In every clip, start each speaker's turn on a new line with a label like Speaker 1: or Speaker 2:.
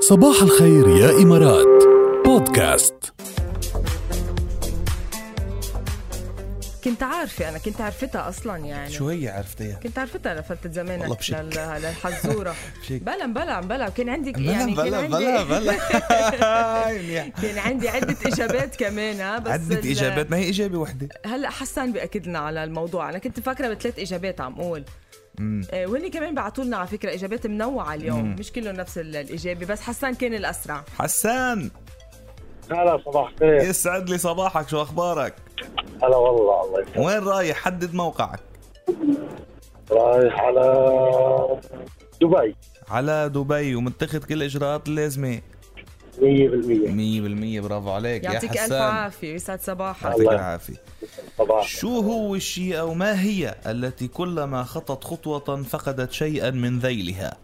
Speaker 1: صباح الخير يا إمارات بودكاست
Speaker 2: كنت عارفة أنا كنت عرفتها أصلا يعني
Speaker 3: شو هي عرفتيها؟
Speaker 2: كنت عرفتها لفترة
Speaker 3: والله
Speaker 2: زمانك
Speaker 3: بشك.
Speaker 2: لل- للحزورة
Speaker 3: بشك.
Speaker 2: بلا بلا بلا كان عندي
Speaker 3: بلا
Speaker 2: يعني
Speaker 3: بلا
Speaker 2: كان عندي
Speaker 3: بلا بلا هاي منيح
Speaker 2: كان عندي عدة إجابات كمان ها بس
Speaker 3: عدة
Speaker 2: ال-
Speaker 3: اجابات ما هي اجابه وحده
Speaker 2: هلا حسان بأكد لنا على الموضوع أنا كنت فاكرة بثلاث إجابات عم قول
Speaker 3: مم.
Speaker 2: آه، وهن كمان بعثوا لنا على فكرة إجابات منوعة اليوم مش كلهم نفس ال- الإجابة بس حسان كان الأسرع
Speaker 3: حسان
Speaker 4: هلا صباح الخير
Speaker 3: يسعد لي صباحك شو اخبارك؟
Speaker 4: هلا والله الله يسلمك
Speaker 3: وين رايح؟ حدد موقعك
Speaker 4: رايح على دبي
Speaker 3: على دبي ومتخذ كل الاجراءات اللازمه 100%
Speaker 4: 100%
Speaker 3: برافو عليك يا
Speaker 2: يعطيك ألف
Speaker 3: حسان
Speaker 2: عافية ويسعد صباحك
Speaker 3: يعطيك
Speaker 4: الله.
Speaker 3: العافيه
Speaker 4: صباح
Speaker 3: شو هو الشيء او ما هي التي كلما خطت خطوه فقدت شيئا من ذيلها؟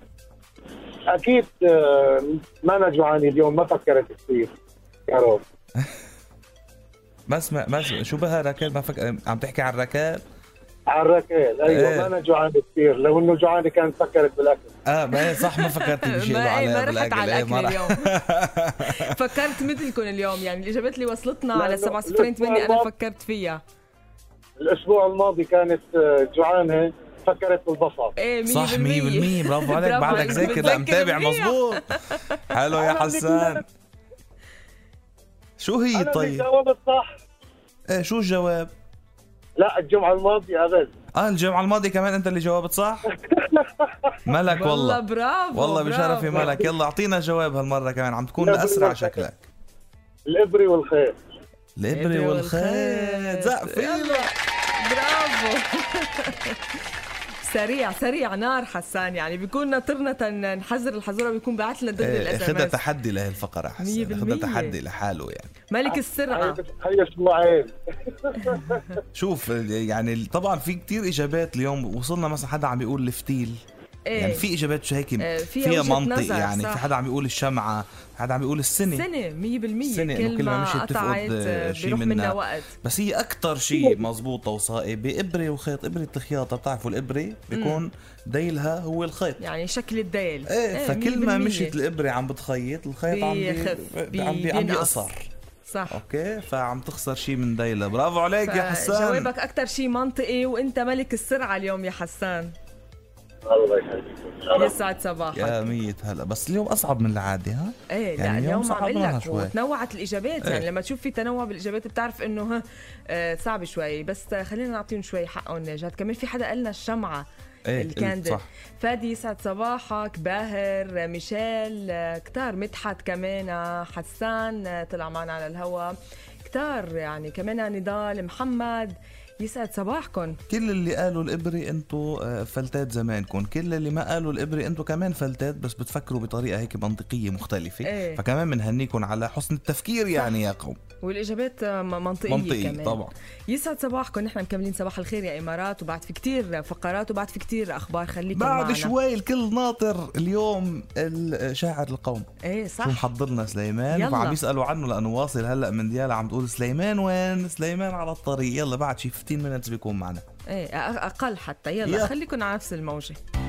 Speaker 4: اكيد آه، ما انا جوعان اليوم ما فكرت كثير يا رب
Speaker 3: ما اسمع ما اسمع شو بها ركال ما فك... عم تحكي عن ركال؟
Speaker 4: على الركيل ايوه
Speaker 3: إيه.
Speaker 4: ما انا جوعان كثير لو انه جوعان كان فكرت بالاكل
Speaker 3: اه ما هي صح ما فكرت بشيء
Speaker 2: ما إيه،
Speaker 3: عليها
Speaker 2: ما رحت
Speaker 3: بالأكل.
Speaker 2: على
Speaker 3: إيه، ما
Speaker 2: الاكل
Speaker 3: رح-
Speaker 2: اليوم فكرت مثلكم اليوم يعني الاجابات اللي وصلتنا على
Speaker 4: لأنه
Speaker 2: 708 انا
Speaker 4: لسه
Speaker 2: فكرت فيها
Speaker 4: الاسبوع الماضي كانت آه، جوعانه فكرت بالبصل
Speaker 3: إيه،
Speaker 2: ايه 100%
Speaker 3: صح 100% برافو عليك
Speaker 2: برافو
Speaker 3: بعدك
Speaker 2: عليك،
Speaker 3: ذاكر لا
Speaker 2: بتذكر
Speaker 3: متابع
Speaker 2: منيح.
Speaker 3: مزبوط حلو يا حسان شو هي
Speaker 4: انا اللي
Speaker 3: طيب؟
Speaker 4: جاوبت صح
Speaker 3: ايه شو الجواب؟
Speaker 4: لا الجمعه الماضيه أبد
Speaker 3: اه الجمعة الماضية كمان انت اللي جاوبت صح؟ ملك
Speaker 2: والله
Speaker 3: والله
Speaker 2: برافو
Speaker 3: والله بشرفي
Speaker 2: برافو.
Speaker 3: ملك يلا اعطينا جواب هالمرة كمان عم تكون
Speaker 4: لا، بدي
Speaker 3: اسرع
Speaker 4: أقول لك.
Speaker 3: شكلك
Speaker 4: الابري والخيط
Speaker 3: الابرة والخيط
Speaker 2: إيه، يلا.
Speaker 3: زقفينا
Speaker 2: برافو سريع سريع نار حسان يعني بيكون ناطرنا تن- نحذر الحذورة بيكون بعت لنا ضمن
Speaker 3: إيه، خدها
Speaker 2: الاس
Speaker 3: تحدي لهالفقرة حسن
Speaker 2: 100%
Speaker 3: خدها تحدي لحاله يعني
Speaker 2: ملك
Speaker 4: هي
Speaker 2: السرعة
Speaker 4: هي شموعين
Speaker 3: شوف يعني طبعا في كتير اجابات اليوم وصلنا مثلا حدا عم بيقول الفتيل
Speaker 2: إيه.
Speaker 3: يعني في اجابات شو هيك
Speaker 2: آه،
Speaker 3: فيها,
Speaker 2: فيها
Speaker 3: فيها
Speaker 2: وجهة
Speaker 3: منطق
Speaker 2: نظر،
Speaker 3: يعني
Speaker 2: صح.
Speaker 3: في حدا عم يقول الشمعه حدا عم يقول السنه
Speaker 2: سنة 100%
Speaker 3: سنة، إنه
Speaker 2: كل
Speaker 3: كل ما
Speaker 2: ما
Speaker 3: مشي بتفقد،
Speaker 2: قطعت
Speaker 3: آه، شي
Speaker 2: بيروح
Speaker 3: منها.
Speaker 2: منها وقت
Speaker 3: بس هي اكثر
Speaker 2: إيه.
Speaker 3: شيء مزبوطه وصائب بابره وخيط ابره الخياطه بتعرفوا الابره بيكون ديلها هو الخيط
Speaker 2: يعني شكل الديل إيه،
Speaker 3: ايه فكل ما
Speaker 2: 100%.
Speaker 3: مشت الابره عم بتخيط الخيط عم بي...
Speaker 2: بيخف،
Speaker 3: عم
Speaker 2: بي-
Speaker 3: بي... عم بي... عم
Speaker 2: بينقص.
Speaker 3: بيقصر
Speaker 2: صح
Speaker 3: اوكي فعم تخسر شيء من ديلها برافو عليك يا حسان
Speaker 2: جوابك اكثر شيء منطقي وانت ملك السرعه اليوم يا حسان
Speaker 4: الله يخليك
Speaker 2: يسعد صباحك
Speaker 3: يا مية هلا بس اليوم اصعب من العاده ها
Speaker 2: ايه لا
Speaker 3: يعني
Speaker 2: اليوم
Speaker 3: اليوم
Speaker 2: عم
Speaker 3: صعب
Speaker 2: اقول
Speaker 3: معها
Speaker 2: لك
Speaker 3: شوي.
Speaker 2: وتنوعت الاجابات يعني
Speaker 3: إيه.
Speaker 2: لما تشوف في تنوع بالاجابات بتعرف انه ها آه، صعب شوي بس آه، خلينا نعطيهم شوي حقهم جاد كمان في حدا قالنا الشمعه
Speaker 3: إيه،
Speaker 2: الكاندل
Speaker 3: صح.
Speaker 2: فادي يسعد صباحك باهر آه، ميشيل آه، كتار مدحت كمان آه، حسان آه، طلع معنا على الهواء كتار يعني كمان نضال محمد يسعد صباحكم
Speaker 3: كل اللي قالوا الإبري انتوا آه، فلتات زمانكم كل اللي ما قالوا الإبري انتوا كمان فلتات بس بتفكروا بطريقة هيك منطقية مختلفة
Speaker 2: إيه.
Speaker 3: فكمان بنهنيكم على حسن التفكير يعني يا قوم
Speaker 2: والاجابات آه، م- منطقيه
Speaker 3: منطقي
Speaker 2: كمان
Speaker 3: طبعا
Speaker 2: يسعد صباحكم نحن مكملين صباح الخير يا امارات وبعد في كتير فقرات وبعد في كتير اخبار خليكم
Speaker 3: بعد
Speaker 2: معنا.
Speaker 3: شوي الكل ناطر اليوم ال- شاعر القوم
Speaker 2: ايه
Speaker 3: شو
Speaker 2: صح
Speaker 3: محضر لنا سليمان
Speaker 2: يلا.
Speaker 3: وعم يسالوا عنه لانه واصل هلا من ديالا عم تقول سليمان وين سليمان على الطريق يلا بعد شي 15 مينتس بيكون معنا
Speaker 2: ايه أ- اقل إيه، حتى يلا
Speaker 3: يلا.
Speaker 2: خليكم على نفس الموجه